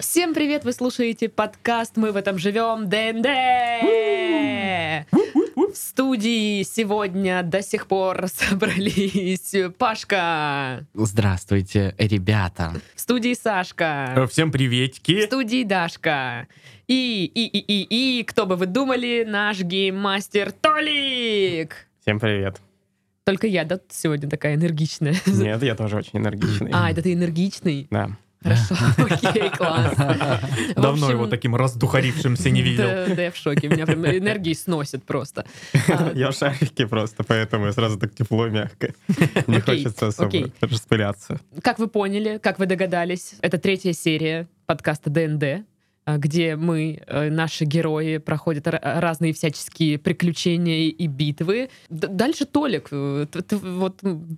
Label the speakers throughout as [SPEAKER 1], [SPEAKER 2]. [SPEAKER 1] Всем привет! Вы слушаете подкаст «Мы в этом живем» ДНД! В студии сегодня до сих пор собрались Пашка,
[SPEAKER 2] Здравствуйте, ребята.
[SPEAKER 1] в студии Сашка,
[SPEAKER 3] Всем
[SPEAKER 1] в
[SPEAKER 3] приветики.
[SPEAKER 1] студии Дашка и, и, и, и, и, кто бы вы думали, наш гейммастер Толик!
[SPEAKER 3] Всем привет.
[SPEAKER 1] Только я, да, сегодня такая энергичная.
[SPEAKER 3] Нет, я тоже очень энергичный.
[SPEAKER 1] А, это ты энергичный?
[SPEAKER 3] Да.
[SPEAKER 1] Хорошо, окей, класс. В
[SPEAKER 3] Давно
[SPEAKER 1] общем,
[SPEAKER 3] его таким раздухарившимся не видел.
[SPEAKER 1] Да, да, я в шоке. Меня прям энергии сносит просто. А,
[SPEAKER 4] Я в шарике просто, поэтому я сразу так тепло, мягко. Не
[SPEAKER 1] Окей,
[SPEAKER 4] хочется особо
[SPEAKER 1] окей.
[SPEAKER 4] распыляться.
[SPEAKER 1] Как вы поняли, как вы догадались, это третья серия подкаста ДНД, а, где мы, э, наши герои, проходят р- разные всяческие приключения и битвы. Д- Дальше Толик, э, т- т- вот м,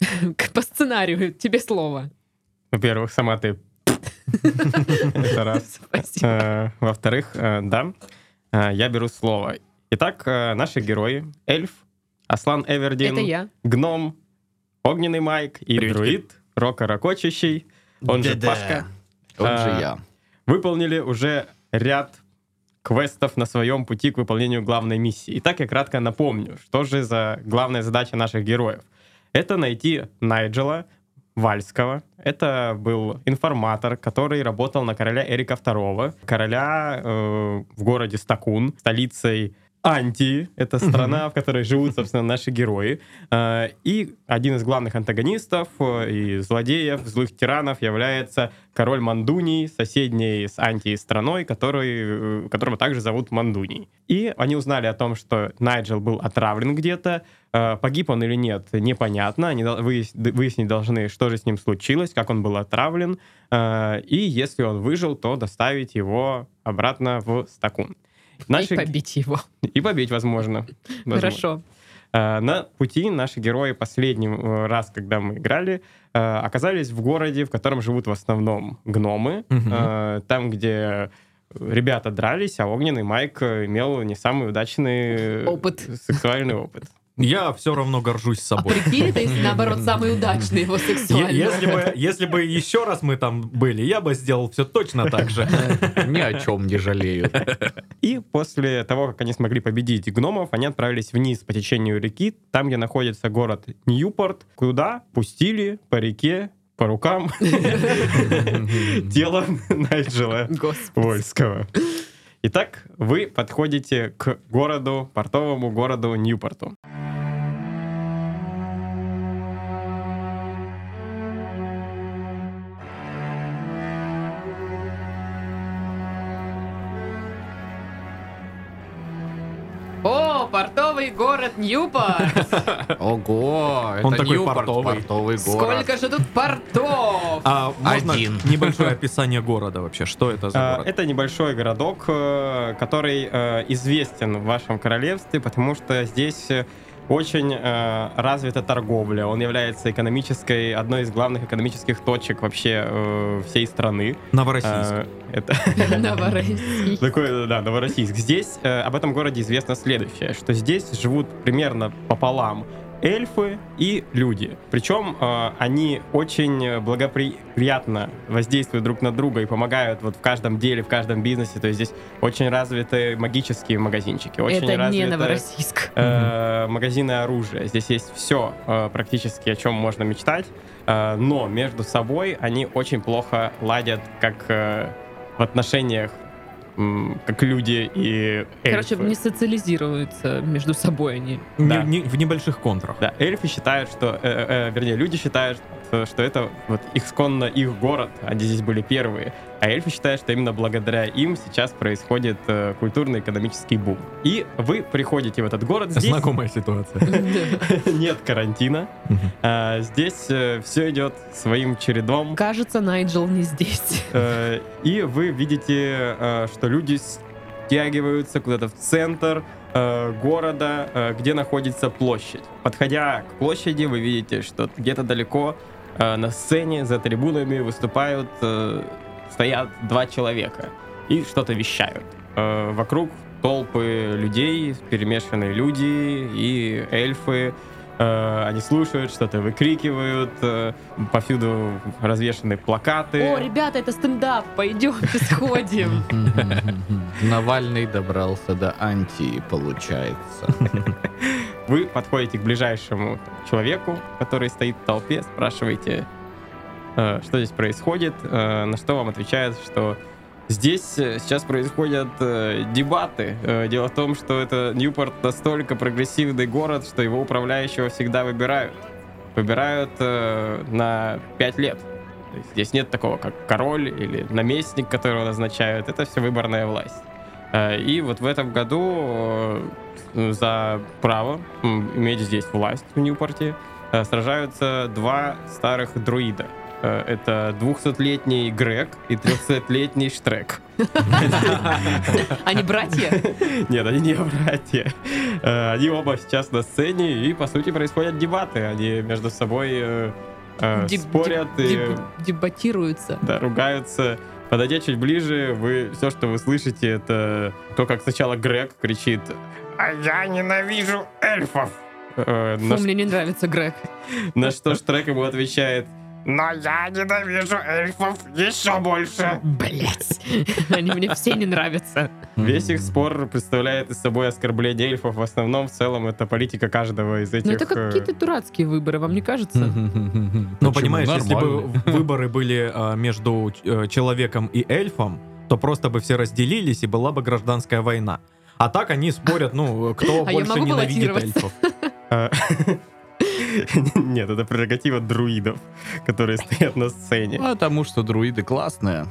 [SPEAKER 1] к- по сценарию тебе слово.
[SPEAKER 4] Во-первых, сама ты... Это раз.
[SPEAKER 1] Спасибо.
[SPEAKER 4] Э, Во-вторых, э, да, э, я беру слово. Итак, э, наши герои. Эльф, Аслан
[SPEAKER 1] Это
[SPEAKER 4] Эвердин,
[SPEAKER 3] ну,
[SPEAKER 1] я.
[SPEAKER 4] гном, огненный майк и
[SPEAKER 3] Приветики.
[SPEAKER 4] друид, рока рокочущий, он же
[SPEAKER 2] Да-да.
[SPEAKER 4] Пашка,
[SPEAKER 2] Он
[SPEAKER 4] А,
[SPEAKER 2] же я.
[SPEAKER 4] выполнили уже ряд квестов на своем пути к выполнению главной миссии. Итак, я кратко напомню, что же за главная задача наших героев. Это найти Найджела Вальского. Это был информатор, который работал на короля Эрика II, короля э, в городе Стакун, столицей Антии. Это страна, в которой живут, собственно, наши герои. Э, и один из главных антагонистов э, и злодеев, злых тиранов является король Мандуний, соседней с Антией страной, который, э, которого также зовут Мандуний. И они узнали о том, что Найджел был отравлен где-то, Э, Погиб он или нет, непонятно. Они дол- выяс- д- выяснить должны, что же с ним случилось, как он был отравлен. Э, И если он выжил, то доставить его обратно в Стакун. Наши...
[SPEAKER 1] И побить его.
[SPEAKER 4] И побить, возможно. Возможно.
[SPEAKER 1] Хорошо.
[SPEAKER 4] Э, На пути наши герои последний э, раз, когда мы играли, э, оказались в городе, в котором живут в основном гномы.
[SPEAKER 3] Мгм.
[SPEAKER 4] Э, Там, где ребята дрались, а огненный Майк э, имел не самый удачный э,
[SPEAKER 1] Опыт.
[SPEAKER 4] сексуальный опыт.
[SPEAKER 3] Я все равно горжусь
[SPEAKER 1] А
[SPEAKER 3] собой.
[SPEAKER 1] прикинь, это если наоборот самый удачный его
[SPEAKER 3] Е-
[SPEAKER 1] сексуальный.
[SPEAKER 3] Если бы, если бы еще раз мы там были, я бы сделал все точно так же.
[SPEAKER 2] Ни о чем не жалею.
[SPEAKER 4] И после того, как они смогли победить гномов, они отправились вниз по течению реки, там, где находится город Ньюпорт, куда пустили по реке, по рукам тело Найджела
[SPEAKER 1] Господи.
[SPEAKER 4] Вольского. Итак, вы подходите к городу, портовому городу Ньюпорту.
[SPEAKER 1] О, портовый город Ньюпорт!
[SPEAKER 2] Ого, это
[SPEAKER 3] Он такой
[SPEAKER 2] Ньюпорт,
[SPEAKER 3] портовый.
[SPEAKER 2] портовый город.
[SPEAKER 1] Сколько же тут портов!
[SPEAKER 3] А можно
[SPEAKER 2] Один.
[SPEAKER 3] небольшое описание города вообще? Что это за
[SPEAKER 4] А,
[SPEAKER 3] город?
[SPEAKER 4] Это небольшой городок, э, который э, известен в вашем королевстве, потому что здесь э, очень э, развита торговля. Он является экономической, одной из главных экономических точек вообще э, всей страны.
[SPEAKER 3] Новороссийск.
[SPEAKER 4] Э, Это
[SPEAKER 1] Новороссийск.
[SPEAKER 4] такой, да, Новороссийск. Здесь э, об этом городе известно следующее, что здесь живут примерно пополам эльфы и люди. Причем э, они очень благоприятно воздействуют друг на друга и помогают вот в каждом деле, в каждом бизнесе. То есть здесь очень развиты магические магазинчики, очень
[SPEAKER 1] Это не
[SPEAKER 4] развиты,
[SPEAKER 1] Новороссийск.
[SPEAKER 4] э, магазины оружия. Здесь есть все практически, о чем можно мечтать. Э, но между собой они очень плохо ладят, как э, в отношениях, м, как люди и эльфы.
[SPEAKER 1] Короче, не социализируются между собой они.
[SPEAKER 3] Не-
[SPEAKER 4] да.
[SPEAKER 3] не- В небольших контрах.
[SPEAKER 4] Да, эльфы считают, что, э, э, вернее, люди считают, что что это вот исконно их город, они здесь были первые, а эльфы считают, что именно благодаря им сейчас происходит э, культурно-экономический бум. И вы приходите в этот город, здесь
[SPEAKER 3] Знакомая ситуация.
[SPEAKER 4] нет карантина, А, Здесь все идет своим чередом.
[SPEAKER 1] Кажется, Найджел не здесь.
[SPEAKER 4] Э, И вы видите, э, что люди стягиваются куда-то в центр э, города, э, где находится площадь. Подходя к площади, вы видите, что где-то далеко э, на сцене за трибунами выступают, э, стоят два человека и что-то вещают. Э, Вокруг толпы людей, перемешанные люди и эльфы, э, они слушают, что-то выкрикивают, э, повсюду развешаны плакаты.
[SPEAKER 1] О, ребята, это стендап, пойдемте сходим.
[SPEAKER 2] Навальный добрался до анти, получается.
[SPEAKER 4] Вы подходите к ближайшему человеку, который стоит в толпе, спрашиваете, э, что здесь происходит, э, на что вам отвечает, что здесь э, сейчас происходят э, дебаты. Э, Дело в том, что это Ньюпорт настолько прогрессивный город, что его управляющего всегда выбирают. Выбирают э, на 5 лет. То есть здесь нет такого, как король или наместник, которого назначают. Это все выборная власть. Э, И вот в этом году э, за право м, иметь здесь власть в Ньюпорте э, сражаются два старых друида. Э, Это 200-летний Грег и 300-летний Штрек.
[SPEAKER 1] Они братья?
[SPEAKER 4] Нет, они не братья. Э, Они оба сейчас на сцене, и, по сути, происходят дебаты. Они между собой э, э,
[SPEAKER 1] Деб-
[SPEAKER 4] спорят
[SPEAKER 1] деб-
[SPEAKER 4] и
[SPEAKER 1] деб- Дебатируются.
[SPEAKER 4] да, ругаются. Подойдя чуть ближе, вы все, что вы слышите, это то, как сначала Грег кричит «А я ненавижу эльфов!» Э,
[SPEAKER 1] Фу,
[SPEAKER 4] на,
[SPEAKER 1] мне не нравится Грег.
[SPEAKER 4] На что Штрек ему отвечает «Но я ненавижу эльфов еще больше!»
[SPEAKER 1] Блять. Они мне все не нравятся.
[SPEAKER 4] Весь их спор представляет из собой оскорбление эльфов. В основном, в целом, это политика каждого из этих...
[SPEAKER 1] Но Ну, это
[SPEAKER 4] э,
[SPEAKER 1] какие-то дурацкие выборы, вам не кажется?
[SPEAKER 2] Ну,
[SPEAKER 3] Ну, понимаешь, если бы выборы были э, между э, человеком и эльфом, то просто бы все разделились и была бы гражданская война. А так они спорят, ну, кто
[SPEAKER 1] А я
[SPEAKER 3] больше
[SPEAKER 1] могу
[SPEAKER 3] ненавидит
[SPEAKER 1] баллотироваться?
[SPEAKER 3] эльфов.
[SPEAKER 4] э, Нет, это прерогатива друидов, которые стоят на сцене.
[SPEAKER 2] Потому что друиды классные.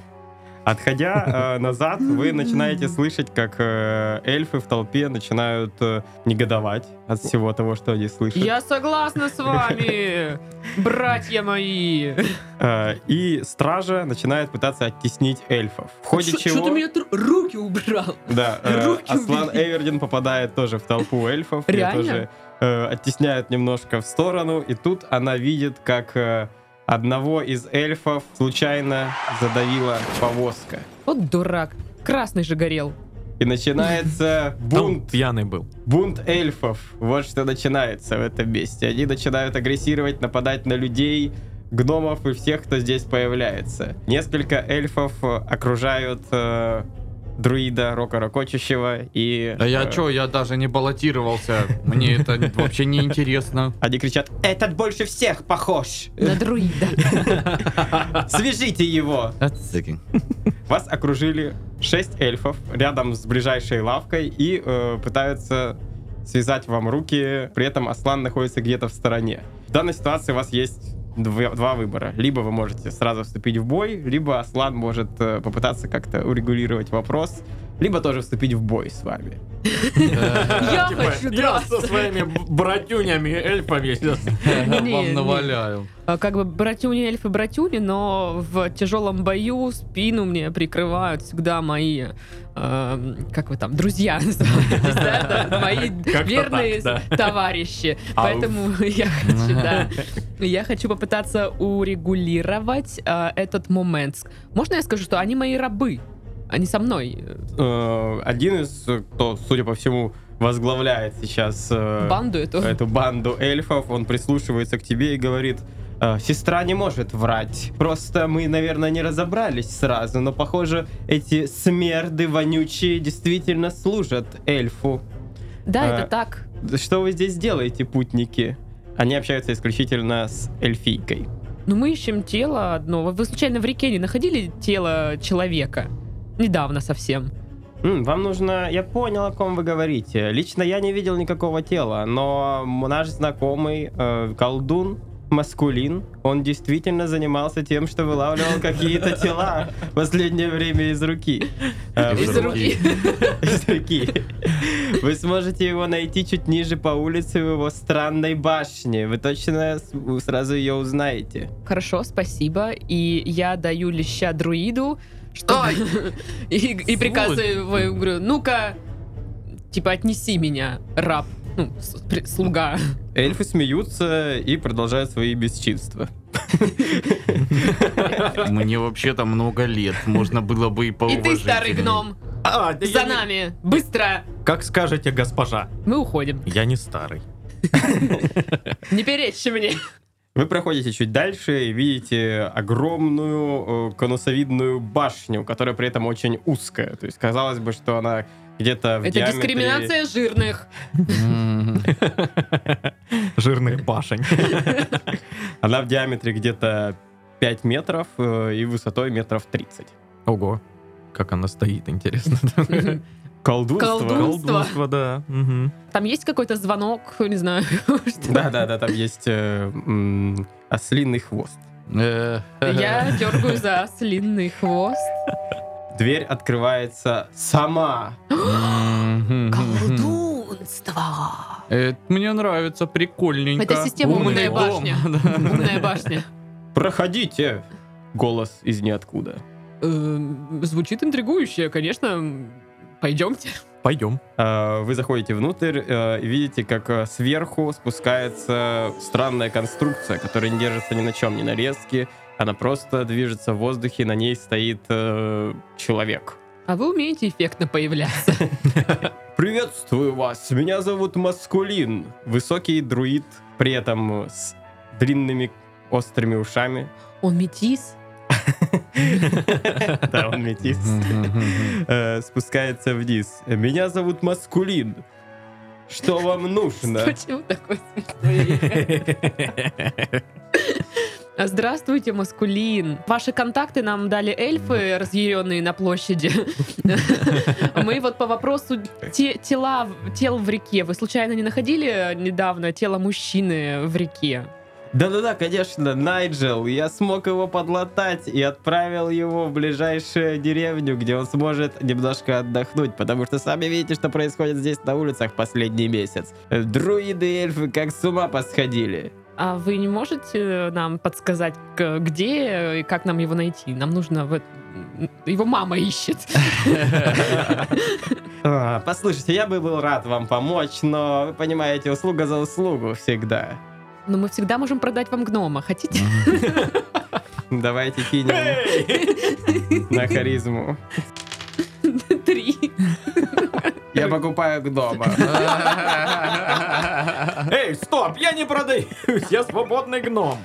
[SPEAKER 4] Отходя э, назад, вы начинаете слышать, как э, эльфы в толпе начинают э, негодовать от всего того, что они слышат.
[SPEAKER 1] Я согласна с вами, братья мои.
[SPEAKER 4] Э, и стража начинает пытаться оттеснить эльфов. В ходе
[SPEAKER 1] Чё-
[SPEAKER 4] чего...
[SPEAKER 1] чё ты меня тру- руки убрал?
[SPEAKER 4] Да, э,
[SPEAKER 1] руки
[SPEAKER 4] Аслан
[SPEAKER 1] убери?
[SPEAKER 4] Эвердин попадает тоже в толпу эльфов. Ее
[SPEAKER 1] Реально?
[SPEAKER 4] тоже э, оттесняют немножко в сторону. И тут она видит, как э, одного из эльфов случайно задавила повозка.
[SPEAKER 1] Вот дурак. Красный же горел.
[SPEAKER 4] И начинается
[SPEAKER 3] Там
[SPEAKER 4] бунт.
[SPEAKER 3] пьяный был.
[SPEAKER 4] Бунт эльфов. Вот что начинается в этом месте. Они начинают агрессировать, нападать на людей, гномов и всех, кто здесь появляется. Несколько эльфов э, окружают э, друида Рока Рокочущего и...
[SPEAKER 2] Да А я
[SPEAKER 4] э,
[SPEAKER 2] чё, я даже не баллотировался. Мне это вообще не интересно.
[SPEAKER 4] Они кричат, этот больше всех похож!
[SPEAKER 1] На друида.
[SPEAKER 4] Свяжите его!
[SPEAKER 2] Отсыки.
[SPEAKER 4] Вас окружили шесть эльфов рядом с ближайшей лавкой и э, пытаются связать вам руки, при этом Аслан находится где-то в стороне. В данной ситуации у вас есть дв- два выбора. Либо вы можете сразу вступить в бой, либо Аслан может э, попытаться как-то урегулировать вопрос, либо тоже вступить в бой с вами.
[SPEAKER 2] Э,
[SPEAKER 1] Я
[SPEAKER 4] Типа,
[SPEAKER 1] хочу драться.
[SPEAKER 3] своими братюнями эльфами сейчас.
[SPEAKER 1] Не, не.
[SPEAKER 2] Вам наваляю.
[SPEAKER 1] А, Как бы братюни эльфы братюни, но в тяжелом бою спину мне прикрывают всегда мои, эм, как вы там, друзья называетесь, да? Это мои
[SPEAKER 3] так,
[SPEAKER 1] верные
[SPEAKER 3] да.
[SPEAKER 1] товарищи.
[SPEAKER 3] Ауф.
[SPEAKER 1] Поэтому я хочу, да, я хочу попытаться урегулировать э, этот момент. Можно я скажу, что они мои рабы? Они со мной.
[SPEAKER 4] Э, один из, э, кто, судя по всему, возглавляет сейчас... э,
[SPEAKER 1] Банду эту.
[SPEAKER 4] эту банду эльфов, он прислушивается к тебе и говорит, «Э, сестра не может врать. Просто мы, наверное, не разобрались сразу, но, похоже, эти смерды вонючие действительно служат эльфу.
[SPEAKER 1] Да,
[SPEAKER 4] э,
[SPEAKER 1] это так.
[SPEAKER 4] Что вы здесь делаете, путники? Они общаются исключительно с эльфийкой.
[SPEAKER 1] Ну, мы ищем тело одного. Вы случайно в реке не находили тело человека? Недавно совсем.
[SPEAKER 4] «М, вам нужно... Я понял, о ком вы говорите. Лично я не видел никакого тела, но м- наш знакомый э, колдун Маскулин, он действительно занимался тем, что вылавливал какие-то тела в последнее время из руки. Э,
[SPEAKER 2] Из
[SPEAKER 4] вы-
[SPEAKER 2] руки.
[SPEAKER 4] Из руки. Вы сможете его найти чуть ниже по улице в его странной башне. Вы точно с- сразу ее узнаете.
[SPEAKER 1] Хорошо, спасибо. И я даю леща друиду, что и, и приказываю, говорю, ну-ка, типа отнеси меня, раб, ну, с- при- слуга.
[SPEAKER 4] Эльфы смеются и продолжают свои бесчинства.
[SPEAKER 2] Мне вообще-то много лет. Можно было бы и
[SPEAKER 1] И
[SPEAKER 2] поуважительнее.
[SPEAKER 1] ты, старый гном,
[SPEAKER 3] А,
[SPEAKER 1] за нами, быстро.
[SPEAKER 3] Как скажете, госпожа.
[SPEAKER 1] Мы уходим.
[SPEAKER 3] Я не старый.
[SPEAKER 1] Не перечьте мне.
[SPEAKER 4] Вы проходите чуть дальше и видите огромную э, конусовидную башню, которая при этом очень узкая. То есть казалось бы, что она где-то в
[SPEAKER 1] Это
[SPEAKER 4] диаметре-
[SPEAKER 1] дискриминация жирных.
[SPEAKER 2] М.
[SPEAKER 3] Жирных башень.
[SPEAKER 4] Она в диаметре где-то 5 метров э, и высотой метров 30.
[SPEAKER 3] Ого. Как она стоит, интересно.
[SPEAKER 4] Колдунство.
[SPEAKER 1] Колдун.
[SPEAKER 3] Колдунство, да. мгм.
[SPEAKER 1] Там есть какой-то звонок, не знаю. что.
[SPEAKER 4] Да-да-да, там есть э, м, ослиный хвост.
[SPEAKER 2] Э,
[SPEAKER 1] Я дергаю за ослинный хвост.
[SPEAKER 4] Дверь открывается сама.
[SPEAKER 2] э, м.
[SPEAKER 1] Колдунство.
[SPEAKER 2] Это э, мне нравится, прикольненько.
[SPEAKER 1] Это система
[SPEAKER 2] Умный
[SPEAKER 1] «Умная
[SPEAKER 2] дом.
[SPEAKER 1] башня». Умная башня.
[SPEAKER 4] Проходите! Голос из ниоткуда.
[SPEAKER 1] Эм, Звучит интригующе, конечно. Пойдемте.
[SPEAKER 3] Пойдем.
[SPEAKER 4] Э, Вы заходите внутрь э, и видите, как э, сверху спускается странная конструкция, которая не держится ни на чем, ни на резке. Она просто движется в воздухе, на ней стоит э, человек.
[SPEAKER 1] А вы умеете эффектно появляться?
[SPEAKER 4] Приветствую вас, меня зовут Маскулин. Высокий друид, при этом с длинными острыми ушами.
[SPEAKER 1] Он метис?
[SPEAKER 4] Да, он метис. Э, Спускается вниз. Меня зовут Маскулин. Что вам нужно?
[SPEAKER 1] Почему такой смешной? А Здравствуйте, Маскулин. Ваши контакты нам дали эльфы, разъяренные на площади. Мы вот по вопросу те- тела, в- тел в реке. Вы случайно не находили недавно тело мужчины в реке?
[SPEAKER 4] Да-да-да, конечно, Найджел. Я смог его подлатать и отправил его в ближайшую деревню, где он сможет немножко отдохнуть, потому что сами видите, что происходит здесь на улицах последний месяц. Э, Друиды и эльфы как с ума посходили.
[SPEAKER 1] А вы не можете нам подсказать, к- где и как нам его найти? Нам нужно... в эт- Его мама ищет.
[SPEAKER 4] А, Послушайте, я бы был рад вам помочь, но вы понимаете, услуга за услугу всегда.
[SPEAKER 1] Но мы всегда можем продать вам гнома. Хотите?
[SPEAKER 4] Давайте кинем на харизму.
[SPEAKER 1] Три.
[SPEAKER 4] Я покупаю гнома.
[SPEAKER 3] Эй, стоп, я не продаюсь, я свободный гном.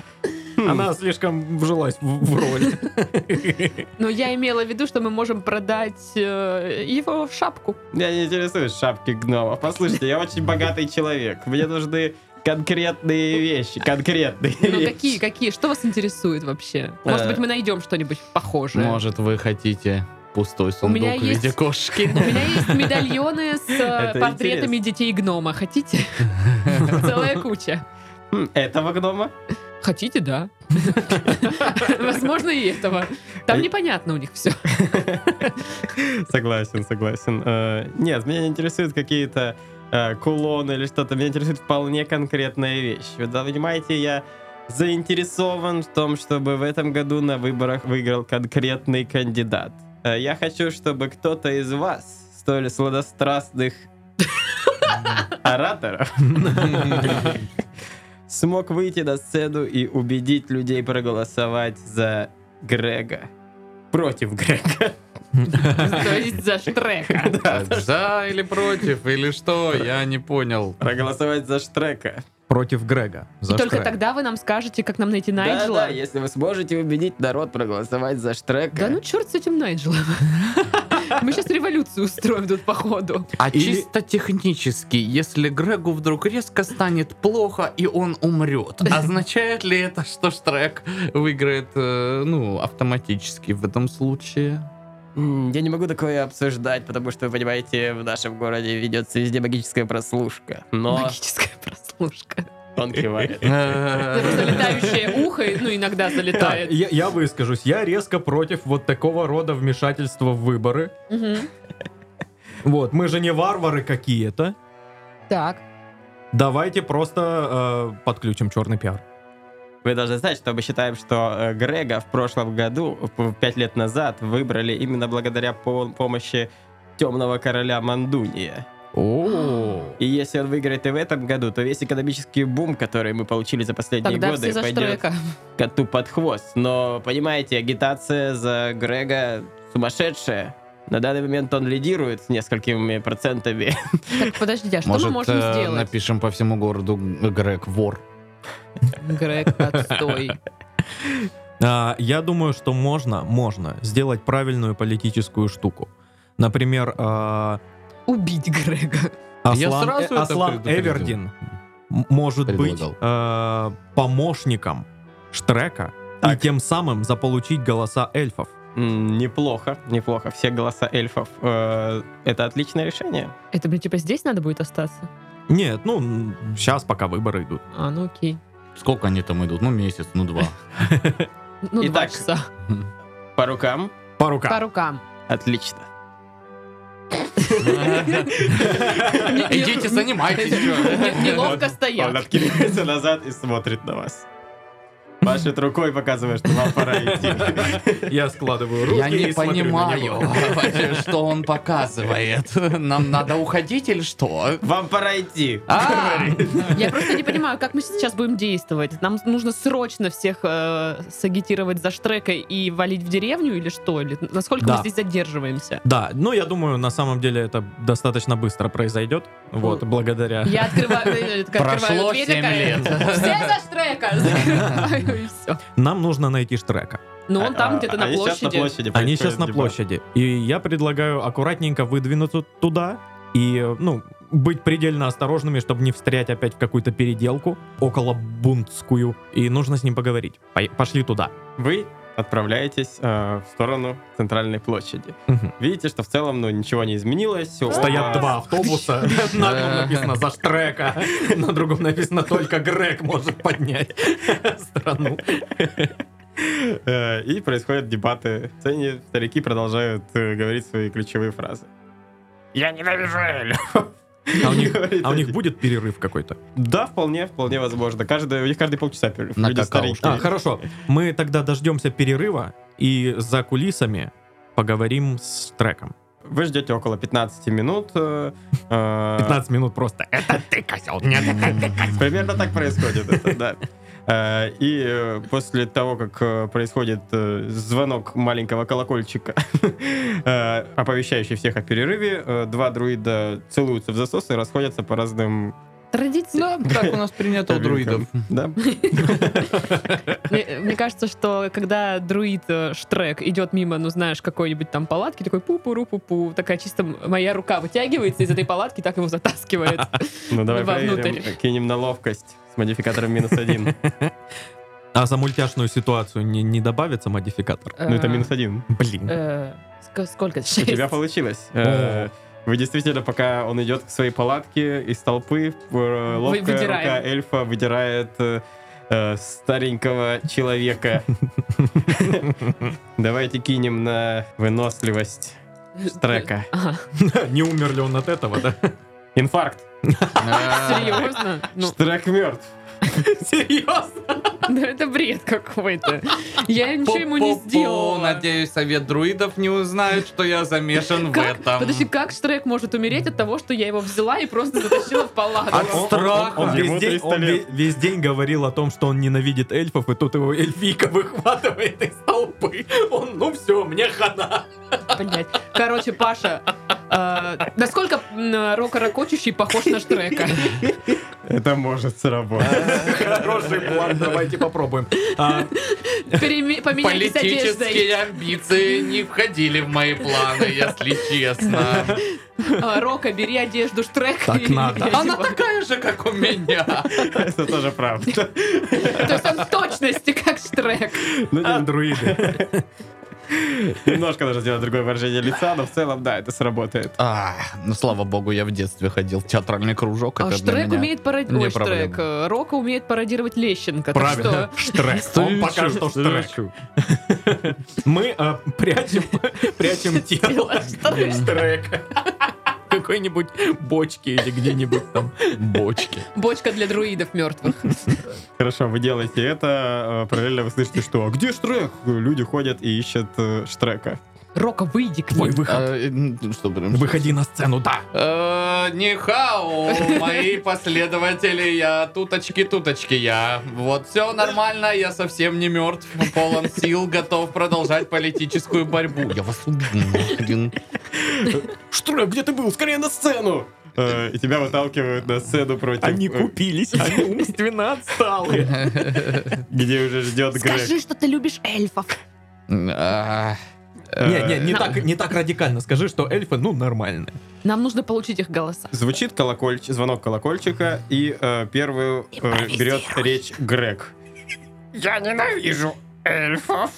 [SPEAKER 3] Она слишком вжилась в, в роль.
[SPEAKER 1] Но я имела в виду, что мы можем продать э, его в шапку.
[SPEAKER 4] Меня не интересуют шапки гнома. Послушайте, я очень богатый человек. Мне нужны конкретные вещи. Конкретные
[SPEAKER 1] Ну
[SPEAKER 4] вещи.
[SPEAKER 1] какие, какие? Что вас интересует вообще? Может
[SPEAKER 4] Э.
[SPEAKER 1] быть, мы найдем что-нибудь похожее.
[SPEAKER 2] Может, вы хотите пустой
[SPEAKER 1] У
[SPEAKER 2] сундук
[SPEAKER 1] меня
[SPEAKER 2] в
[SPEAKER 1] есть-
[SPEAKER 2] виде кошки?
[SPEAKER 1] У меня есть медальоны с э,
[SPEAKER 4] Это
[SPEAKER 1] портретами детей гнома. Хотите? Целая куча.
[SPEAKER 4] М, Этого гнома?
[SPEAKER 1] Хотите, да. Возможно, и этого.
[SPEAKER 4] Э.
[SPEAKER 1] Там непонятно у них все.
[SPEAKER 4] Согласен, согласен. Э, Нет, меня не интересуют какие-то э, кулоны или что-то. Меня интересует вполне конкретная вещь. Вы да, понимаете, я заинтересован в том, чтобы в этом году на выборах выиграл конкретный кандидат. Э, Я хочу, чтобы кто-то из вас, столь сладострастных ораторов, смог выйти на сцену и убедить людей проголосовать за Грега. Против Грега.
[SPEAKER 1] То есть за Штрека.
[SPEAKER 2] За или против, или что? Я не понял.
[SPEAKER 4] Проголосовать за Штрека.
[SPEAKER 3] Против Грега.
[SPEAKER 1] И
[SPEAKER 3] За
[SPEAKER 1] только
[SPEAKER 3] Штрека.
[SPEAKER 1] тогда вы нам скажете, как нам найти
[SPEAKER 4] Да, да,
[SPEAKER 1] Найджела.
[SPEAKER 4] если вы сможете убедить народ проголосовать за Штрека.
[SPEAKER 1] Да ну черт с этим Найджелом. Мы сейчас революцию устроим тут походу.
[SPEAKER 2] А
[SPEAKER 3] Или-
[SPEAKER 2] чисто технически, если Грегу вдруг резко станет плохо и он умрет, означает ли это, что Штрек выиграет, э, ну, автоматически в этом случае?
[SPEAKER 4] М, Я не могу такое обсуждать, потому что, вы понимаете, в нашем городе ведется везде магическая прослушка. Но
[SPEAKER 1] Магическая прослушка.
[SPEAKER 4] он кивает.
[SPEAKER 1] Э, Просто
[SPEAKER 2] Э,
[SPEAKER 1] летающее ухо, и- ну иногда
[SPEAKER 3] Так,
[SPEAKER 1] залетает.
[SPEAKER 3] я, я выскажусь. Я резко против вот такого рода вмешательства в выборы.
[SPEAKER 1] Мгм.
[SPEAKER 3] Вот, мы же не варвары какие-то.
[SPEAKER 1] Так.
[SPEAKER 3] Давайте просто э, подключим черный пиар.
[SPEAKER 4] Вы должны знать, что мы считаем, что э, Грега в прошлом году, п- пять лет назад, выбрали именно благодаря по- помощи темного короля Мандуния.
[SPEAKER 3] О,
[SPEAKER 4] И если он выиграет и в этом году, то весь экономический бум, который мы получили за последние
[SPEAKER 1] Тогда
[SPEAKER 4] годы,
[SPEAKER 1] все за
[SPEAKER 4] пойдет
[SPEAKER 1] Штрека.
[SPEAKER 4] коту под хвост. Но, понимаете, агитация за Грега сумасшедшая. На данный момент он лидирует с несколькими процентами.
[SPEAKER 1] Так, подождите, а что
[SPEAKER 2] Может,
[SPEAKER 1] мы можем
[SPEAKER 2] э,
[SPEAKER 1] сделать?
[SPEAKER 2] напишем по всему городу Грег вор.
[SPEAKER 1] Грег, отстой.
[SPEAKER 3] А, Я думаю, что можно, можно сделать правильную политическую штуку. Например, а,
[SPEAKER 1] Убить Грега.
[SPEAKER 2] Я
[SPEAKER 3] Аслан,
[SPEAKER 2] сразу
[SPEAKER 3] Э-
[SPEAKER 2] это
[SPEAKER 3] Аслан
[SPEAKER 2] предупредил.
[SPEAKER 3] Эвердин м- может
[SPEAKER 2] Предлагал.
[SPEAKER 3] быть а, помощником Штрека и
[SPEAKER 4] Так.
[SPEAKER 3] тем самым заполучить голоса эльфов.
[SPEAKER 4] М, Неплохо, неплохо. Все голоса эльфов. э, Это отличное решение.
[SPEAKER 1] Это, блин, типа здесь надо будет остаться?
[SPEAKER 3] Нет, ну, сейчас пока выборы идут.
[SPEAKER 1] А, ну окей.
[SPEAKER 2] Сколько они там идут? Ну, месяц, ну, два.
[SPEAKER 1] Ну, два
[SPEAKER 4] Итак,
[SPEAKER 1] часа.
[SPEAKER 4] По рукам.
[SPEAKER 3] По рукам.
[SPEAKER 1] По рукам.
[SPEAKER 4] Отлично.
[SPEAKER 2] Идите, занимайтесь. чё.
[SPEAKER 1] Не- Неловко
[SPEAKER 4] Он
[SPEAKER 1] стоять.
[SPEAKER 4] откидывается назад и смотрит на вас. Машет рукой, показывая, что вам пора идти.
[SPEAKER 3] Я складываю руки
[SPEAKER 2] Я не
[SPEAKER 3] и смотрю на
[SPEAKER 2] понимаю,
[SPEAKER 3] него.
[SPEAKER 2] что он показывает. Нам надо уходить или что?
[SPEAKER 4] Вам пора идти.
[SPEAKER 1] А, Я просто не понимаю, как мы сейчас будем действовать. Нам нужно срочно всех э, сагитировать за штрека и валить в деревню или что? Или насколько мы
[SPEAKER 3] Да.
[SPEAKER 1] здесь задерживаемся?
[SPEAKER 3] Да, ну я думаю, на самом деле это достаточно быстро произойдет. Вот, благодаря.
[SPEAKER 1] Я открываю, э, такая
[SPEAKER 2] Прошло
[SPEAKER 1] открываю дверь,
[SPEAKER 2] семь
[SPEAKER 1] такая,
[SPEAKER 2] лет.
[SPEAKER 1] Все за штрека! Закрываю, и все.
[SPEAKER 3] Нам нужно найти Штрека.
[SPEAKER 1] Но Ну, он там
[SPEAKER 4] А-
[SPEAKER 1] где-то на
[SPEAKER 4] они сейчас
[SPEAKER 1] площади.
[SPEAKER 3] Они
[SPEAKER 4] происходит
[SPEAKER 3] сейчас на
[SPEAKER 4] дебат.
[SPEAKER 3] площади. И я предлагаю аккуратненько выдвинуться туда и, э, ну, быть предельно осторожными, чтобы не встрять опять в какую-то переделку около бунтскую. И нужно с ним поговорить. Пой- Пошли туда.
[SPEAKER 4] Вы отправляетесь э, в сторону центральной площади.
[SPEAKER 3] Мгм.
[SPEAKER 4] Видите, что в целом ну, ничего не изменилось.
[SPEAKER 3] Стоят
[SPEAKER 4] Оба-
[SPEAKER 3] два автобуса. На одном написано «За Штрека», на другом написано «Только Грег может поднять страну».
[SPEAKER 4] Э, И происходят дебаты. В сцене старики продолжают э, говорить свои ключевые фразы. Я ненавижу эльфов.
[SPEAKER 3] А у них-
[SPEAKER 4] Говорит
[SPEAKER 3] а у них
[SPEAKER 4] один.
[SPEAKER 3] будет перерыв какой-то?
[SPEAKER 4] Да, вполне, вполне возможно. Каждый, у них каждые полчаса перерыв.
[SPEAKER 2] На
[SPEAKER 4] Люди
[SPEAKER 2] какао.
[SPEAKER 4] старенькие.
[SPEAKER 3] А, хорошо. Мы тогда дождемся перерыва и за кулисами поговорим с треком.
[SPEAKER 4] Вы ждете около 15 минут. э, э,
[SPEAKER 3] 15 минут просто. Это ты, козел, нет, это ты, козел.
[SPEAKER 4] Примерно так происходит это, да. Э, И э, после того, как э, происходит э, звонок маленького колокольчика, э, оповещающий всех о перерыве, э, два друида целуются в засос и расходятся по разным...
[SPEAKER 1] Традиция. ну,
[SPEAKER 2] Да, так у нас принято у друидов.
[SPEAKER 4] Да.
[SPEAKER 1] Мне, мне кажется, что когда друид э, Штрек идет мимо, ну знаешь, какой-нибудь там палатки, такой пу-пу-ру-пу-пу, такая чисто моя рука вытягивается из этой палатки, так его затаскивает.
[SPEAKER 4] Ну, давай
[SPEAKER 1] Вовнутрь.
[SPEAKER 4] проверим. Кинем на ловкость с модификатором минус один.
[SPEAKER 3] А за мультяшную ситуацию не, не добавится модификатор?
[SPEAKER 4] Ну, это
[SPEAKER 1] Э,
[SPEAKER 4] минус один.
[SPEAKER 3] Блин.
[SPEAKER 1] э, ск- Сколько?
[SPEAKER 4] У тебя
[SPEAKER 1] Шесть.
[SPEAKER 4] получилось. Э,
[SPEAKER 3] О.
[SPEAKER 4] Вы действительно, пока он идет к своей палатке из толпы, э, ловкая
[SPEAKER 1] выдираем.
[SPEAKER 4] рука эльфа выдирает э, э, старенького человека. Давайте кинем на выносливость трека.
[SPEAKER 1] Ага.
[SPEAKER 3] Не умер ли он от этого, да?
[SPEAKER 4] Инфаркт.
[SPEAKER 1] Серьезно? Ну,
[SPEAKER 4] Штрек мертв.
[SPEAKER 3] Серьезно?
[SPEAKER 1] да это бред какой-то. Я ничего ему не
[SPEAKER 2] Пу-пу-пу,
[SPEAKER 1] сделала.
[SPEAKER 2] Надеюсь, совет друидов не узнает, что я замешан в
[SPEAKER 1] Как,
[SPEAKER 2] этом.
[SPEAKER 1] подожди, как Штрек может умереть от того, что я его взяла и просто затащила в
[SPEAKER 3] Он,
[SPEAKER 1] палатку?
[SPEAKER 3] он- он- он
[SPEAKER 4] Ему
[SPEAKER 3] весь,
[SPEAKER 4] 300
[SPEAKER 3] день, он ве-
[SPEAKER 4] лет.
[SPEAKER 3] весь день говорил о том, что он ненавидит эльфов, и тут его эльфийка выхватывает из толпы. Он, ну все, мне хана.
[SPEAKER 1] Блядь. Короче, Паша, э, насколько м, Рока Рокочущий похож на Штрека?
[SPEAKER 4] Это может сработать.
[SPEAKER 3] Хороший план, давайте попробуем. А,
[SPEAKER 1] Переме- Поменялись одеждой.
[SPEAKER 2] Политические амбиции не входили в мои планы, если честно.
[SPEAKER 1] А, Рока, бери одежду Штрека.
[SPEAKER 3] Так
[SPEAKER 1] и-
[SPEAKER 3] надо.
[SPEAKER 1] и
[SPEAKER 2] Она
[SPEAKER 1] одевай.
[SPEAKER 2] такая же, как у меня.
[SPEAKER 1] А.
[SPEAKER 4] Это тоже правда.
[SPEAKER 1] То есть он в точности как Штрек.
[SPEAKER 4] Ну,
[SPEAKER 3] а, друиды.
[SPEAKER 4] Немножко даже сделать другое выражение лица, но в целом, да, это сработает.
[SPEAKER 2] А, ну слава богу, я в детстве ходил в театральный кружок.
[SPEAKER 1] А
[SPEAKER 2] это для
[SPEAKER 1] Штрек
[SPEAKER 2] меня.
[SPEAKER 1] умеет
[SPEAKER 2] не
[SPEAKER 1] пародировать. Штрек.
[SPEAKER 2] проблема.
[SPEAKER 1] э, Рока умеет пародировать Лещенко. так
[SPEAKER 3] Правильно.
[SPEAKER 1] что-
[SPEAKER 3] Штрек. Он пока что штрек. Мы э, прячем, прячем тело
[SPEAKER 1] Штрека.
[SPEAKER 3] Штрека. Какой-нибудь бочке или где-нибудь там.
[SPEAKER 2] Бочки.
[SPEAKER 1] Бочка для друидов мертвых.
[SPEAKER 4] Хорошо, вы делаете это, э, параллельно вы слышите, что «А где Штрек?» Люди ходят и ищут э, Штрека.
[SPEAKER 1] Рока, выйди к
[SPEAKER 3] Твой
[SPEAKER 1] ним.
[SPEAKER 3] выход.
[SPEAKER 2] Э, ну, Что, блин?
[SPEAKER 3] Выходи на сцену, да.
[SPEAKER 2] Э, Нихао, мои последователи, я туточки-туточки, я. Вот все нормально, я совсем не мертв, полон сил, готов продолжать политическую борьбу. Я вас убью, нахрен.
[SPEAKER 4] Штрек, где ты был? Скорее на сцену! Э, И тебя выталкивают на сцену против... э,
[SPEAKER 3] купились, они умственно отсталые.
[SPEAKER 4] Где уже ждет Грег.
[SPEAKER 1] Скажи, что ты любишь эльфов.
[SPEAKER 2] А,
[SPEAKER 3] Не, не, не
[SPEAKER 1] Э,
[SPEAKER 3] так, не так радикально. Скажи, что эльфы, ну, нормальные.
[SPEAKER 1] Нам нужно получить их голоса.
[SPEAKER 4] Звучит колокольчик, звонок колокольчика, и э, первую э, берет
[SPEAKER 1] Импровизируй.
[SPEAKER 4] речь Грег. Я ненавижу эльфов,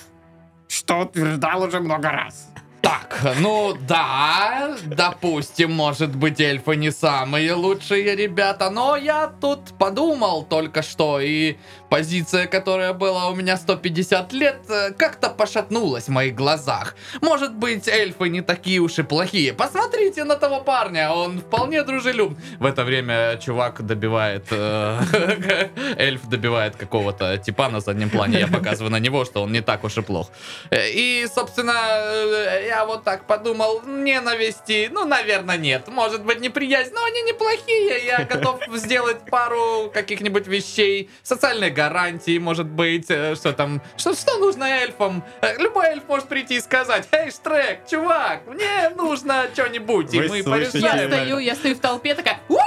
[SPEAKER 4] что утверждал уже много раз.
[SPEAKER 2] Так, ну да, допустим, может быть, эльфы не самые лучшие ребята, но я тут подумал только что, и позиция, которая была у меня 150 лет, э, как-то пошатнулась в моих глазах. Может быть, эльфы не такие уж и плохие. Посмотрите на того парня, он вполне дружелюб. В это время чувак добивает... э, Эльф добивает какого-то типа на заднем плане. Я показываю на него, что он не так уж и плох. Э, И, собственно, э, я вот так подумал, ненависти, ну, наверное, нет. Может быть, неприязнь, но они неплохие. Я готов сделать пару каких-нибудь вещей. Социальные гарантии, может быть, э, что там, что, что нужно эльфам? Э, Любой эльф может прийти и сказать, эй, Штрек, чувак, мне нужно что-нибудь, и
[SPEAKER 4] Вы
[SPEAKER 2] мы
[SPEAKER 4] слышите?
[SPEAKER 1] Я
[SPEAKER 4] Нормально.
[SPEAKER 2] порешаем.
[SPEAKER 1] стою, я стою в толпе такая, «У,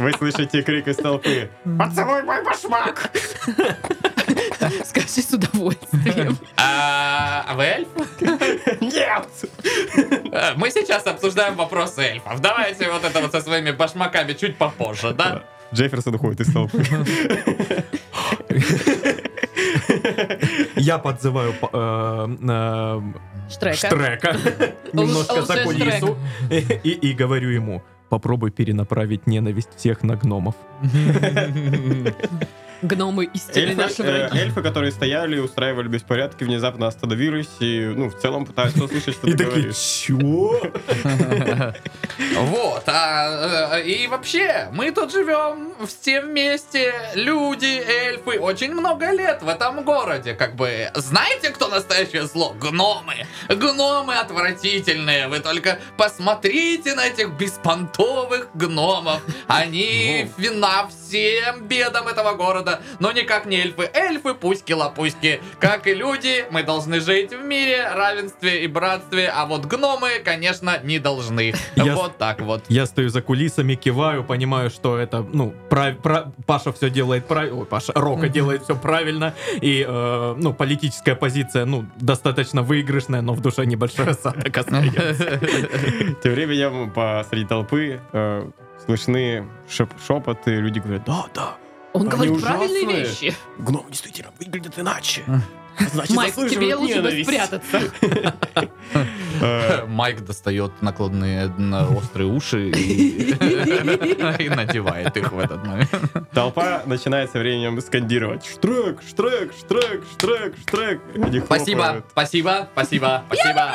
[SPEAKER 4] Вы слышите крик из толпы. Поцелуй мой башмак!
[SPEAKER 1] скажи с удовольствием.
[SPEAKER 2] А а вы эльф?
[SPEAKER 4] Нет!
[SPEAKER 2] Э, Мы сейчас обсуждаем вопросы эльфов. Давайте вот это вот со своими башмаками чуть попозже, да?
[SPEAKER 4] Джефферсон уходит из толпы.
[SPEAKER 3] Я подзываю п- э, э,
[SPEAKER 1] Штрека.
[SPEAKER 3] Штрека немножко за
[SPEAKER 1] лжешь,
[SPEAKER 3] кулису и и говорю ему, попробуй перенаправить ненависть всех на гномов.
[SPEAKER 1] Гномы истины наши
[SPEAKER 4] Эльфы, э,
[SPEAKER 1] враги.
[SPEAKER 4] эльфы, которые стояли и устраивали беспорядки, внезапно остановились и, ну, в целом пытаются услышать, что
[SPEAKER 3] И
[SPEAKER 4] ты
[SPEAKER 3] такие,
[SPEAKER 4] говоришь.
[SPEAKER 3] чего?
[SPEAKER 2] Вот, а, э, и вообще, мы тут живем все вместе, люди, эльфы, очень много лет в этом городе, как бы, знаете, кто настоящее зло? Гномы, гномы отвратительные, вы только посмотрите на этих беспонтовых гномов, они вина всем бедам этого города, но никак не эльфы, эльфы пуськи-лопуськи, как и люди, мы должны жить в мире, равенстве и братстве, а вот гномы, конечно, не должны.
[SPEAKER 3] Я-
[SPEAKER 2] Вот так вот.
[SPEAKER 3] Я стою за кулисами, киваю, понимаю, что это, ну, прав- пра- Паша все делает правильно, ой, Паша, Рока делает все правильно, и, э, ну, политическая позиция, ну, достаточно выигрышная, но в душе небольшой осадок остается.
[SPEAKER 4] Тем временем посреди толпы э, слышны шеп- шепоты, люди говорят, да, да,
[SPEAKER 1] Он
[SPEAKER 4] а Они
[SPEAKER 1] говорит правильные
[SPEAKER 4] ужасные.
[SPEAKER 1] вещи.
[SPEAKER 4] гномы действительно выглядят иначе. Значит,
[SPEAKER 1] Майк, тебе
[SPEAKER 4] заслуживают
[SPEAKER 1] лучше бы
[SPEAKER 4] ненависть».
[SPEAKER 1] спрятаться.
[SPEAKER 4] Э,
[SPEAKER 2] Майк достает накладные на острые уши и, и надевает их в этот момент.
[SPEAKER 4] Толпа начинает со временем скандировать «Штрек! Штрек! Штрек! Штрек! Штрек!» Они
[SPEAKER 2] Спасибо,
[SPEAKER 4] хлопают.
[SPEAKER 2] спасибо, спасибо, спасибо.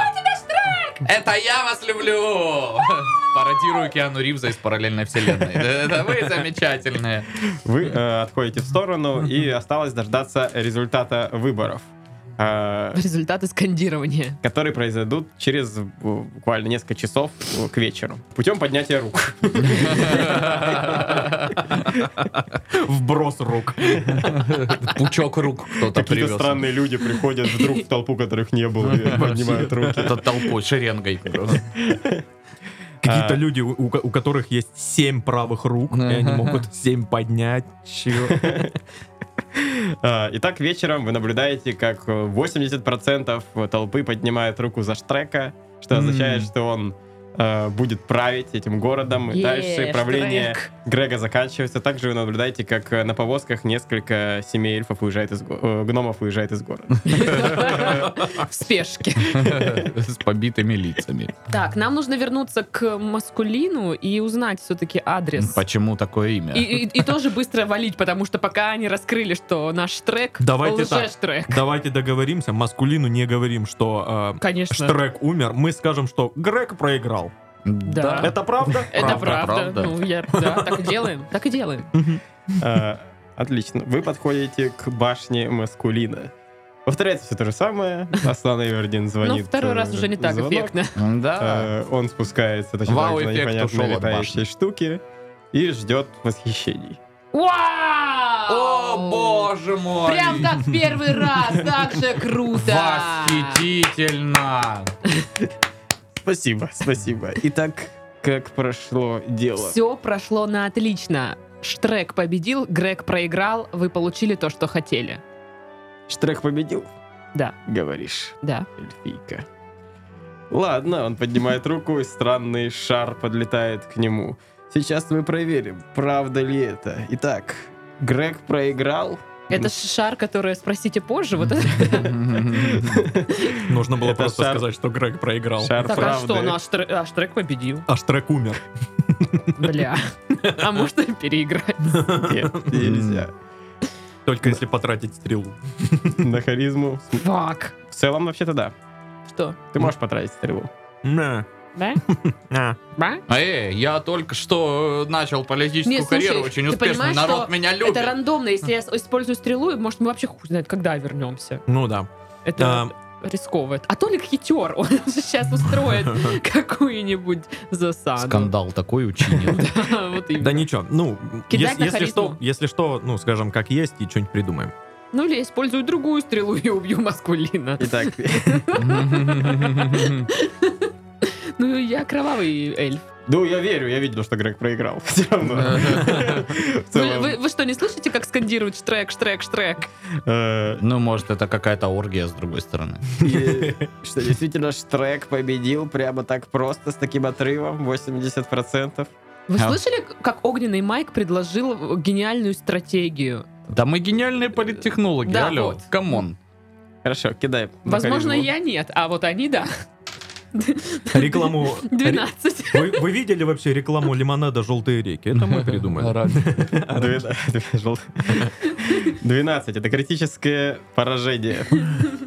[SPEAKER 2] Это я вас люблю! Пародирую Киану Ривза из параллельной вселенной. Это вы замечательные.
[SPEAKER 4] Вы э, отходите в сторону, и осталось дождаться результата выборов, э,
[SPEAKER 1] Результаты скандирования.
[SPEAKER 4] которые произойдут через э, буквально несколько часов э, к вечеру. Путем поднятия рук.
[SPEAKER 3] Вброс рук.
[SPEAKER 2] Пучок рук кто-то
[SPEAKER 4] Какие-то
[SPEAKER 2] привез.
[SPEAKER 4] странные люди приходят вдруг в толпу, которых не было, и поднимают руки.
[SPEAKER 2] Это толпой, шеренгой. просто.
[SPEAKER 3] Какие-то
[SPEAKER 4] А.
[SPEAKER 3] люди, у, у ко- у которых есть семь правых рук, и они могут семь поднять. Чё?
[SPEAKER 4] Э, Итак, вечером вы наблюдаете, как э, 80% толпы поднимает руку за Штрека, что означает, что он э, будет править этим городом. И
[SPEAKER 1] Е,
[SPEAKER 4] дальше правление
[SPEAKER 1] Штрек.
[SPEAKER 4] Грега заканчивается. Также вы наблюдаете, как э, на повозках несколько семей эльфов уезжает из го- э, гномов уезжает из города.
[SPEAKER 1] В спешке.
[SPEAKER 2] С побитыми лицами.
[SPEAKER 1] Так, нам нужно вернуться к маскулину и узнать все-таки адрес.
[SPEAKER 2] Почему такое имя?
[SPEAKER 1] И, и- и тоже быстро валить, потому что пока они раскрыли, что наш трек
[SPEAKER 3] Давайте так.
[SPEAKER 1] лжеш-трек.
[SPEAKER 3] Давайте договоримся, маскулину не говорим, что э,
[SPEAKER 1] Конечно.
[SPEAKER 3] Штрек умер, мы скажем, что Грег проиграл.
[SPEAKER 1] Да.
[SPEAKER 3] Это правда?
[SPEAKER 1] Это
[SPEAKER 2] Правда,
[SPEAKER 1] правда.
[SPEAKER 2] правда.
[SPEAKER 1] Ну, я, да, так и делаем. Так и делаем.
[SPEAKER 4] А, Э, Отлично. Вы подходите к башне Маскулина. Повторяется все то же самое. Аслан Эвердин звонит.
[SPEAKER 1] Ну, второй раз
[SPEAKER 4] э,
[SPEAKER 1] уже не так
[SPEAKER 4] звонок.
[SPEAKER 1] эффектно.
[SPEAKER 2] Да.
[SPEAKER 4] Э, Он спускается точно так же на
[SPEAKER 2] А. Вау-эффект ушел
[SPEAKER 4] непонятной
[SPEAKER 2] от башни.
[SPEAKER 4] летающей штуки и ждет восхищений.
[SPEAKER 1] Вау!
[SPEAKER 2] О, боже мой!
[SPEAKER 1] Прям как первый раз, так же круто!
[SPEAKER 2] Восхитительно!
[SPEAKER 4] Спасибо, спасибо. Итак, как прошло дело?
[SPEAKER 1] Все прошло на отлично. Штрек победил, Грег проиграл, вы получили то, что хотели.
[SPEAKER 4] Штрек победил?
[SPEAKER 1] Да.
[SPEAKER 4] Говоришь,
[SPEAKER 1] Да.
[SPEAKER 4] эльфийка. Ладно, он поднимает руку, и странный шар подлетает к нему. Сейчас мы проверим, правда ли это. Итак, Грег проиграл.
[SPEAKER 1] Это ж шар, который спросите позже. Вот это.
[SPEAKER 3] Нужно было
[SPEAKER 4] Это
[SPEAKER 3] просто
[SPEAKER 4] шар.
[SPEAKER 3] сказать, что Грег проиграл.
[SPEAKER 4] Шар
[SPEAKER 1] Так, а
[SPEAKER 4] правды.
[SPEAKER 1] что? Ну, а Штре- а Штрек победил.
[SPEAKER 3] Аж трек умер.
[SPEAKER 1] Бля. А может и переиграть.
[SPEAKER 4] Нет, нельзя.
[SPEAKER 3] Только если потратить стрелу.
[SPEAKER 4] На харизму.
[SPEAKER 1] Фак.
[SPEAKER 4] В целом, вообще-то да.
[SPEAKER 1] Что?
[SPEAKER 4] Ты можешь потратить стрелу.
[SPEAKER 3] На.
[SPEAKER 1] Да?
[SPEAKER 3] На.
[SPEAKER 1] Да?
[SPEAKER 2] Эй, я только что э, начал политическую
[SPEAKER 1] Нет, слушай,
[SPEAKER 2] карьеру очень
[SPEAKER 1] ты
[SPEAKER 2] успешно.
[SPEAKER 1] понимаешь,
[SPEAKER 2] Народ
[SPEAKER 1] что
[SPEAKER 2] меня любит.
[SPEAKER 1] Это рандомно. Если я с- использую стрелу, может, мы вообще хуй знает, когда вернемся.
[SPEAKER 3] Ну да.
[SPEAKER 1] Это рисковывает. А Толик хитер. Он сейчас устроит какую-нибудь
[SPEAKER 3] А, ну.
[SPEAKER 1] засаду.
[SPEAKER 2] такой учинил.
[SPEAKER 1] Да, вот именно.
[SPEAKER 3] Да ничего. Ну,
[SPEAKER 1] Кидай
[SPEAKER 3] ес-
[SPEAKER 1] на
[SPEAKER 3] если
[SPEAKER 1] харизму.
[SPEAKER 3] что, если что, ну, скажем, как есть, и что-нибудь придумаем.
[SPEAKER 1] Ну или я использую другую стрелу и убью маскулина.
[SPEAKER 4] Итак,
[SPEAKER 1] Ну я кровавый эльф.
[SPEAKER 4] ну я верю, я видел, что Грег проиграл. Все равно. В
[SPEAKER 1] Вы,
[SPEAKER 4] целом,
[SPEAKER 1] вы- вы что, не слышите, как скандируют штрек, штрек, штрек?
[SPEAKER 4] э,
[SPEAKER 2] Ну, может, это какая-то оргия с другой стороны.
[SPEAKER 4] И что действительно Штрек победил прямо так просто, с таким отрывом, 80%.
[SPEAKER 1] Вы
[SPEAKER 2] А.
[SPEAKER 1] слышали, как огненный Майк предложил гениальную стратегию?
[SPEAKER 2] Да мы гениальные политтехнологи,
[SPEAKER 1] Да,
[SPEAKER 2] алло,
[SPEAKER 1] вот.
[SPEAKER 2] камон.
[SPEAKER 4] Хорошо, кидай. на
[SPEAKER 1] Возможно,
[SPEAKER 4] харизму.
[SPEAKER 1] я нет, а вот они да.
[SPEAKER 3] Рекламу...
[SPEAKER 1] 12.
[SPEAKER 3] Вы, вы видели вообще рекламу лимонада «Желтые реки»? Это мы придумали.
[SPEAKER 4] Две- две- желт- 12. Это критическое поражение.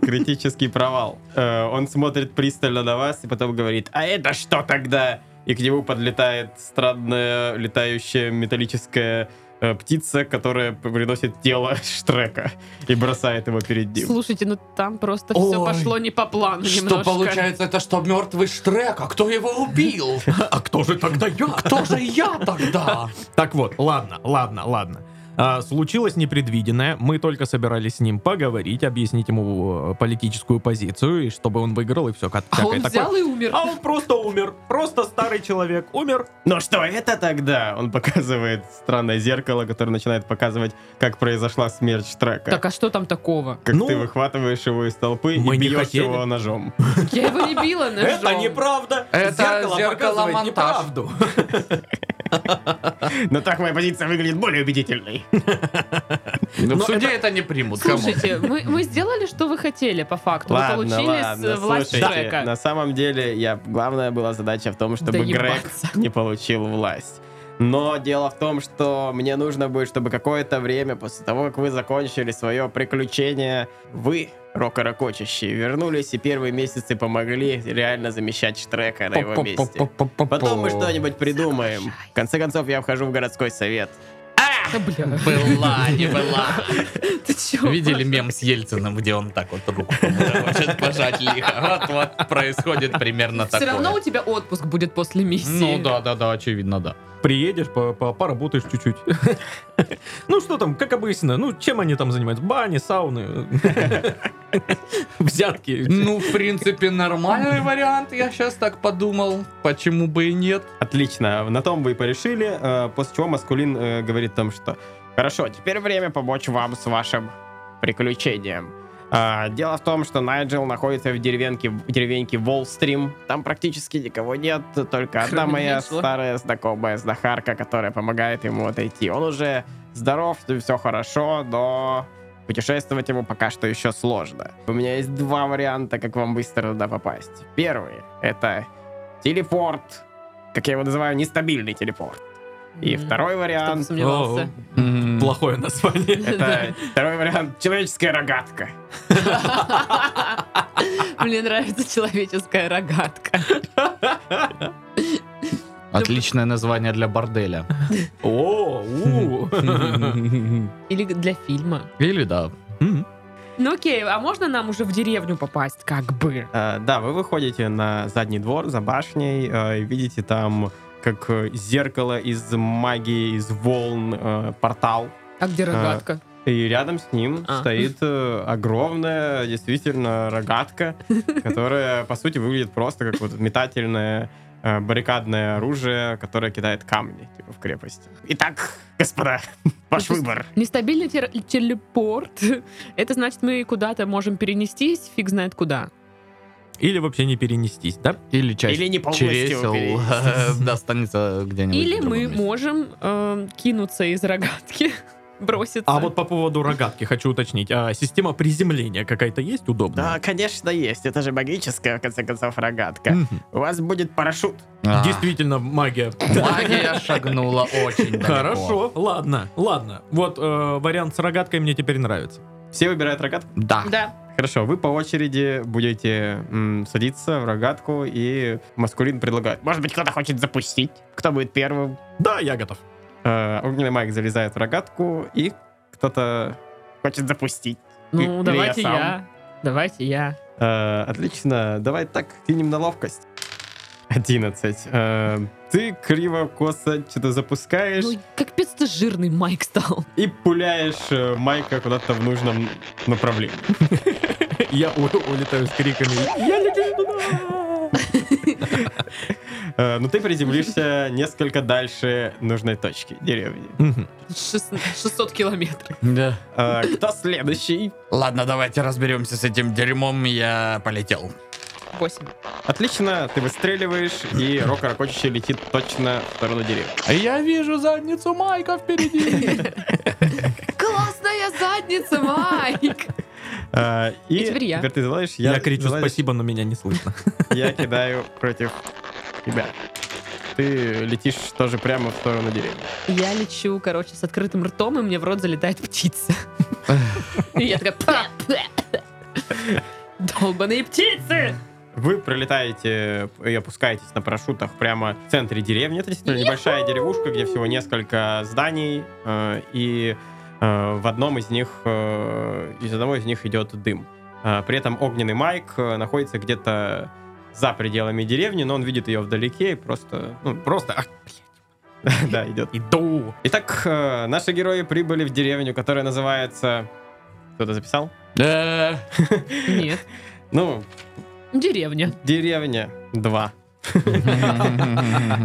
[SPEAKER 4] Критический провал. Э, Он смотрит пристально на вас и потом говорит, а это что тогда? И к нему подлетает странная летающая металлическая э, птица, которая приносит тело Штрека и бросает его перед ним.
[SPEAKER 1] Слушайте, ну там просто все
[SPEAKER 2] Ой.
[SPEAKER 1] пошло не по плану
[SPEAKER 2] Что
[SPEAKER 1] немножко.
[SPEAKER 2] получается, это что мертвый Штрек, а кто его убил?
[SPEAKER 3] А кто же тогда я?
[SPEAKER 2] Кто же я тогда?
[SPEAKER 3] Так вот, ладно, ладно, ладно. А, случилось непредвиденное. Мы только собирались с ним поговорить, объяснить ему э, политическую позицию, и чтобы он выиграл, и все. Как,
[SPEAKER 1] А он взял и умер.
[SPEAKER 3] А он просто умер. Просто старый человек умер.
[SPEAKER 4] Ну что это тогда? Он показывает странное зеркало, которое начинает показывать, как произошла смерть Штрека.
[SPEAKER 1] Так а что там такого?
[SPEAKER 4] Как
[SPEAKER 3] Ну,
[SPEAKER 4] ты выхватываешь его из толпы и
[SPEAKER 3] мы не
[SPEAKER 4] бьешь
[SPEAKER 3] хотели.
[SPEAKER 4] его ножом.
[SPEAKER 1] Я его не била ножом.
[SPEAKER 3] неправда.
[SPEAKER 2] Это зеркало монтаж.
[SPEAKER 4] Но так моя позиция выглядит более убедительной.
[SPEAKER 2] Ну, В
[SPEAKER 3] Но
[SPEAKER 2] суде это не примут, камон.
[SPEAKER 1] Слушайте, мы, мы сделали, что вы хотели по факту.
[SPEAKER 4] Ладно,
[SPEAKER 1] вы получили
[SPEAKER 4] ладно,
[SPEAKER 1] с- э, власть
[SPEAKER 4] слушайте,
[SPEAKER 1] Шрека.
[SPEAKER 4] на самом деле, я, главная была задача в том, чтобы Грег
[SPEAKER 1] Доебаться.
[SPEAKER 4] не получил власть. Но дело в том, что мне нужно будет, чтобы какое-то время после того, как вы закончили свое приключение, вы, рокорокочащие, вернулись и первые месяцы помогли реально замещать Штрека на его месте. Потом мы что-нибудь придумаем. В конце концов, я вхожу в городской совет.
[SPEAKER 1] Да, бля,
[SPEAKER 2] Была, не была.
[SPEAKER 1] ты чё?
[SPEAKER 2] Видели мем с Ельциным, где он так вот руку кому-то хочет пожать лихо? Вот, вот происходит примерно
[SPEAKER 1] Все равно у
[SPEAKER 2] такое.
[SPEAKER 1] тебя отпуск будет после миссии.
[SPEAKER 2] Ну да, да, да, очевидно, да.
[SPEAKER 3] Приедешь, по- по- поработаешь чуть-чуть. Ну что там, как обычно. Ну, чем они там занимаются? Бани, сауны. Взятки.
[SPEAKER 2] Ну, в принципе, нормальный вариант, я сейчас так подумал. Почему бы и нет?
[SPEAKER 4] Отлично, на том вы и порешили, э, после чего Маскулин э, говорит о том, что «Хорошо, теперь время помочь вам с вашим приключением». А, Дело в том, что Найджел находится в деревенке, в деревеньке Волстрим. Там практически никого нет, только одна
[SPEAKER 1] Кроме
[SPEAKER 4] моя
[SPEAKER 1] Найджела.
[SPEAKER 4] старая знакомая знахарка, которая помогает ему отойти. Он уже здоров, все хорошо, но путешествовать ему пока что еще сложно. У меня есть два варианта, как вам быстро туда попасть. Первый — это телепорт, как я его называю, нестабильный телепорт. И
[SPEAKER 1] М,
[SPEAKER 4] второй
[SPEAKER 1] Кто бы
[SPEAKER 4] вариант
[SPEAKER 1] сомневался.
[SPEAKER 3] Плохое название.
[SPEAKER 4] это второй вариант человеческая рогатка.
[SPEAKER 1] Мне нравится человеческая рогатка.
[SPEAKER 2] Отличное название для борделя.
[SPEAKER 3] О, у.
[SPEAKER 2] Или
[SPEAKER 1] Или для фильма.
[SPEAKER 2] да.
[SPEAKER 3] Мгм.
[SPEAKER 1] Ну окей, а можно нам уже в деревню попасть, как бы?
[SPEAKER 4] Э, Да, вы выходите на задний двор за башней э, и видите там как э, зеркало из магии, из волн, э, портал.
[SPEAKER 1] А где рогатка?
[SPEAKER 4] И рядом с ним
[SPEAKER 1] А.
[SPEAKER 4] стоит э, огромная, действительно, рогатка, которая, по сути, выглядит просто как вот метательное э, баррикадное оружие, которое кидает камни типа, в крепость. Итак, господа,
[SPEAKER 1] Ну,
[SPEAKER 4] ваш
[SPEAKER 1] то есть-
[SPEAKER 4] выбор.
[SPEAKER 1] Нестабильный тер- телепорт. Это значит, мы куда-то можем перенестись, фиг знает куда.
[SPEAKER 3] Или вообще не перенестись, да?
[SPEAKER 2] Или часть
[SPEAKER 4] Или не полностью
[SPEAKER 2] чересел,
[SPEAKER 4] перенести.
[SPEAKER 2] достанется где-нибудь.
[SPEAKER 1] Или
[SPEAKER 2] в другом
[SPEAKER 1] мы
[SPEAKER 2] месте.
[SPEAKER 1] можем эм, кинуться из рогатки, броситься.
[SPEAKER 3] А вот по поводу рогатки хочу уточнить. А система приземления какая-то есть
[SPEAKER 4] Да,
[SPEAKER 3] удобная?
[SPEAKER 4] конечно, есть. Это же магическая, в конце концов, рогатка.
[SPEAKER 3] Мгм.
[SPEAKER 4] У вас будет парашют.
[SPEAKER 2] А,
[SPEAKER 3] Действительно, магия.
[SPEAKER 2] Магия шагнула очень далеко.
[SPEAKER 3] Хорошо, ладно, ладно. Вот э, вариант с рогаткой мне теперь нравится.
[SPEAKER 4] Все выбирают рогатку?
[SPEAKER 2] Да.
[SPEAKER 1] Да.
[SPEAKER 4] Хорошо, вы по очереди будете м, садиться в рогатку, и маскулин предлагает. Может быть, кто-то хочет запустить? Кто будет первым?
[SPEAKER 3] Да, я готов.
[SPEAKER 4] Э, огненный майк залезает в рогатку, и кто-то хочет запустить. Или
[SPEAKER 1] Ну,
[SPEAKER 4] я
[SPEAKER 1] давайте
[SPEAKER 4] сам.
[SPEAKER 1] я. Давайте я.
[SPEAKER 4] Э, отлично, давай так, кинем на ловкость. 11. Э, ты криво, косо что-то запускаешь
[SPEAKER 1] Ну, как пец ты жирный Майк стал.
[SPEAKER 4] и пуляешь э, майка куда-то в нужном направлении.
[SPEAKER 3] Я у- улетаю с криками.
[SPEAKER 4] Я лечу туда! Э, Но ты приземлишься несколько дальше нужной точки деревни.
[SPEAKER 3] Мгм.
[SPEAKER 1] Шест- 600 километров.
[SPEAKER 2] Да.
[SPEAKER 4] Э, Кто следующий?
[SPEAKER 2] Ладно, давайте разберемся с этим дерьмом, я полетел.
[SPEAKER 1] 8.
[SPEAKER 4] Отлично, ты выстреливаешь, и рок ракочище летит точно в сторону деревни.
[SPEAKER 2] Я вижу задницу Майка впереди.
[SPEAKER 1] Классная задница, Майк!
[SPEAKER 4] Э, И,
[SPEAKER 1] И теперь я.
[SPEAKER 4] ты залазишь,
[SPEAKER 3] Я кричу
[SPEAKER 4] залазишь,
[SPEAKER 3] спасибо, но меня не слышно.
[SPEAKER 4] Я кидаю против тебя. Ты летишь тоже прямо в сторону деревни.
[SPEAKER 1] Я лечу, короче, с открытым ртом, и мне в рот залетает птица. И я такая... «Пф, пф». Долбаные птицы!
[SPEAKER 4] Вы пролетаете и опускаетесь на парашютах прямо в центре деревни. Это действительно небольшая деревушка, где всего несколько зданий, э, и э, в одном из них, э, из одного из них идет дым. Э, При этом огненный майк э, находится где-то за пределами деревни, но он видит ее вдалеке и просто, ну,
[SPEAKER 3] Просто ах,
[SPEAKER 4] да, идет.
[SPEAKER 3] иду.
[SPEAKER 4] Итак, э, наши герои прибыли в деревню, которая называется... Кто-то записал?
[SPEAKER 2] Э,
[SPEAKER 1] Нет.
[SPEAKER 4] Ну,
[SPEAKER 1] Деревня.
[SPEAKER 4] деревня 2.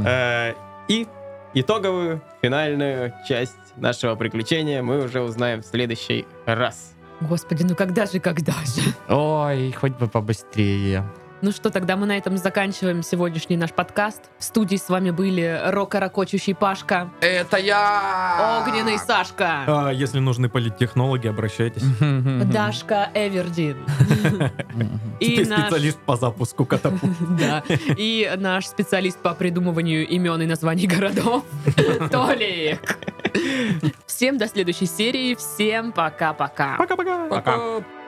[SPEAKER 4] Э, И итоговую, финальную часть нашего приключения мы уже узнаем в следующий раз.
[SPEAKER 1] Господи, ну когда же, когда же?
[SPEAKER 2] Ой, хоть бы побыстрее.
[SPEAKER 1] Ну что, тогда мы на этом заканчиваем сегодняшний наш подкаст. В студии с вами были рокорокочущий Пашка,
[SPEAKER 2] Это я!
[SPEAKER 1] огненный Сашка,
[SPEAKER 3] А, Если нужны политтехнологи, обращайтесь.
[SPEAKER 1] Дашка Эвердин.
[SPEAKER 3] Ты специалист по запуску катапульт.
[SPEAKER 1] Да. И наш специалист по придумыванию имен и названий городов Толик. Всем до следующей серии. Всем пока-пока.
[SPEAKER 4] Пока-пока!
[SPEAKER 2] Пока.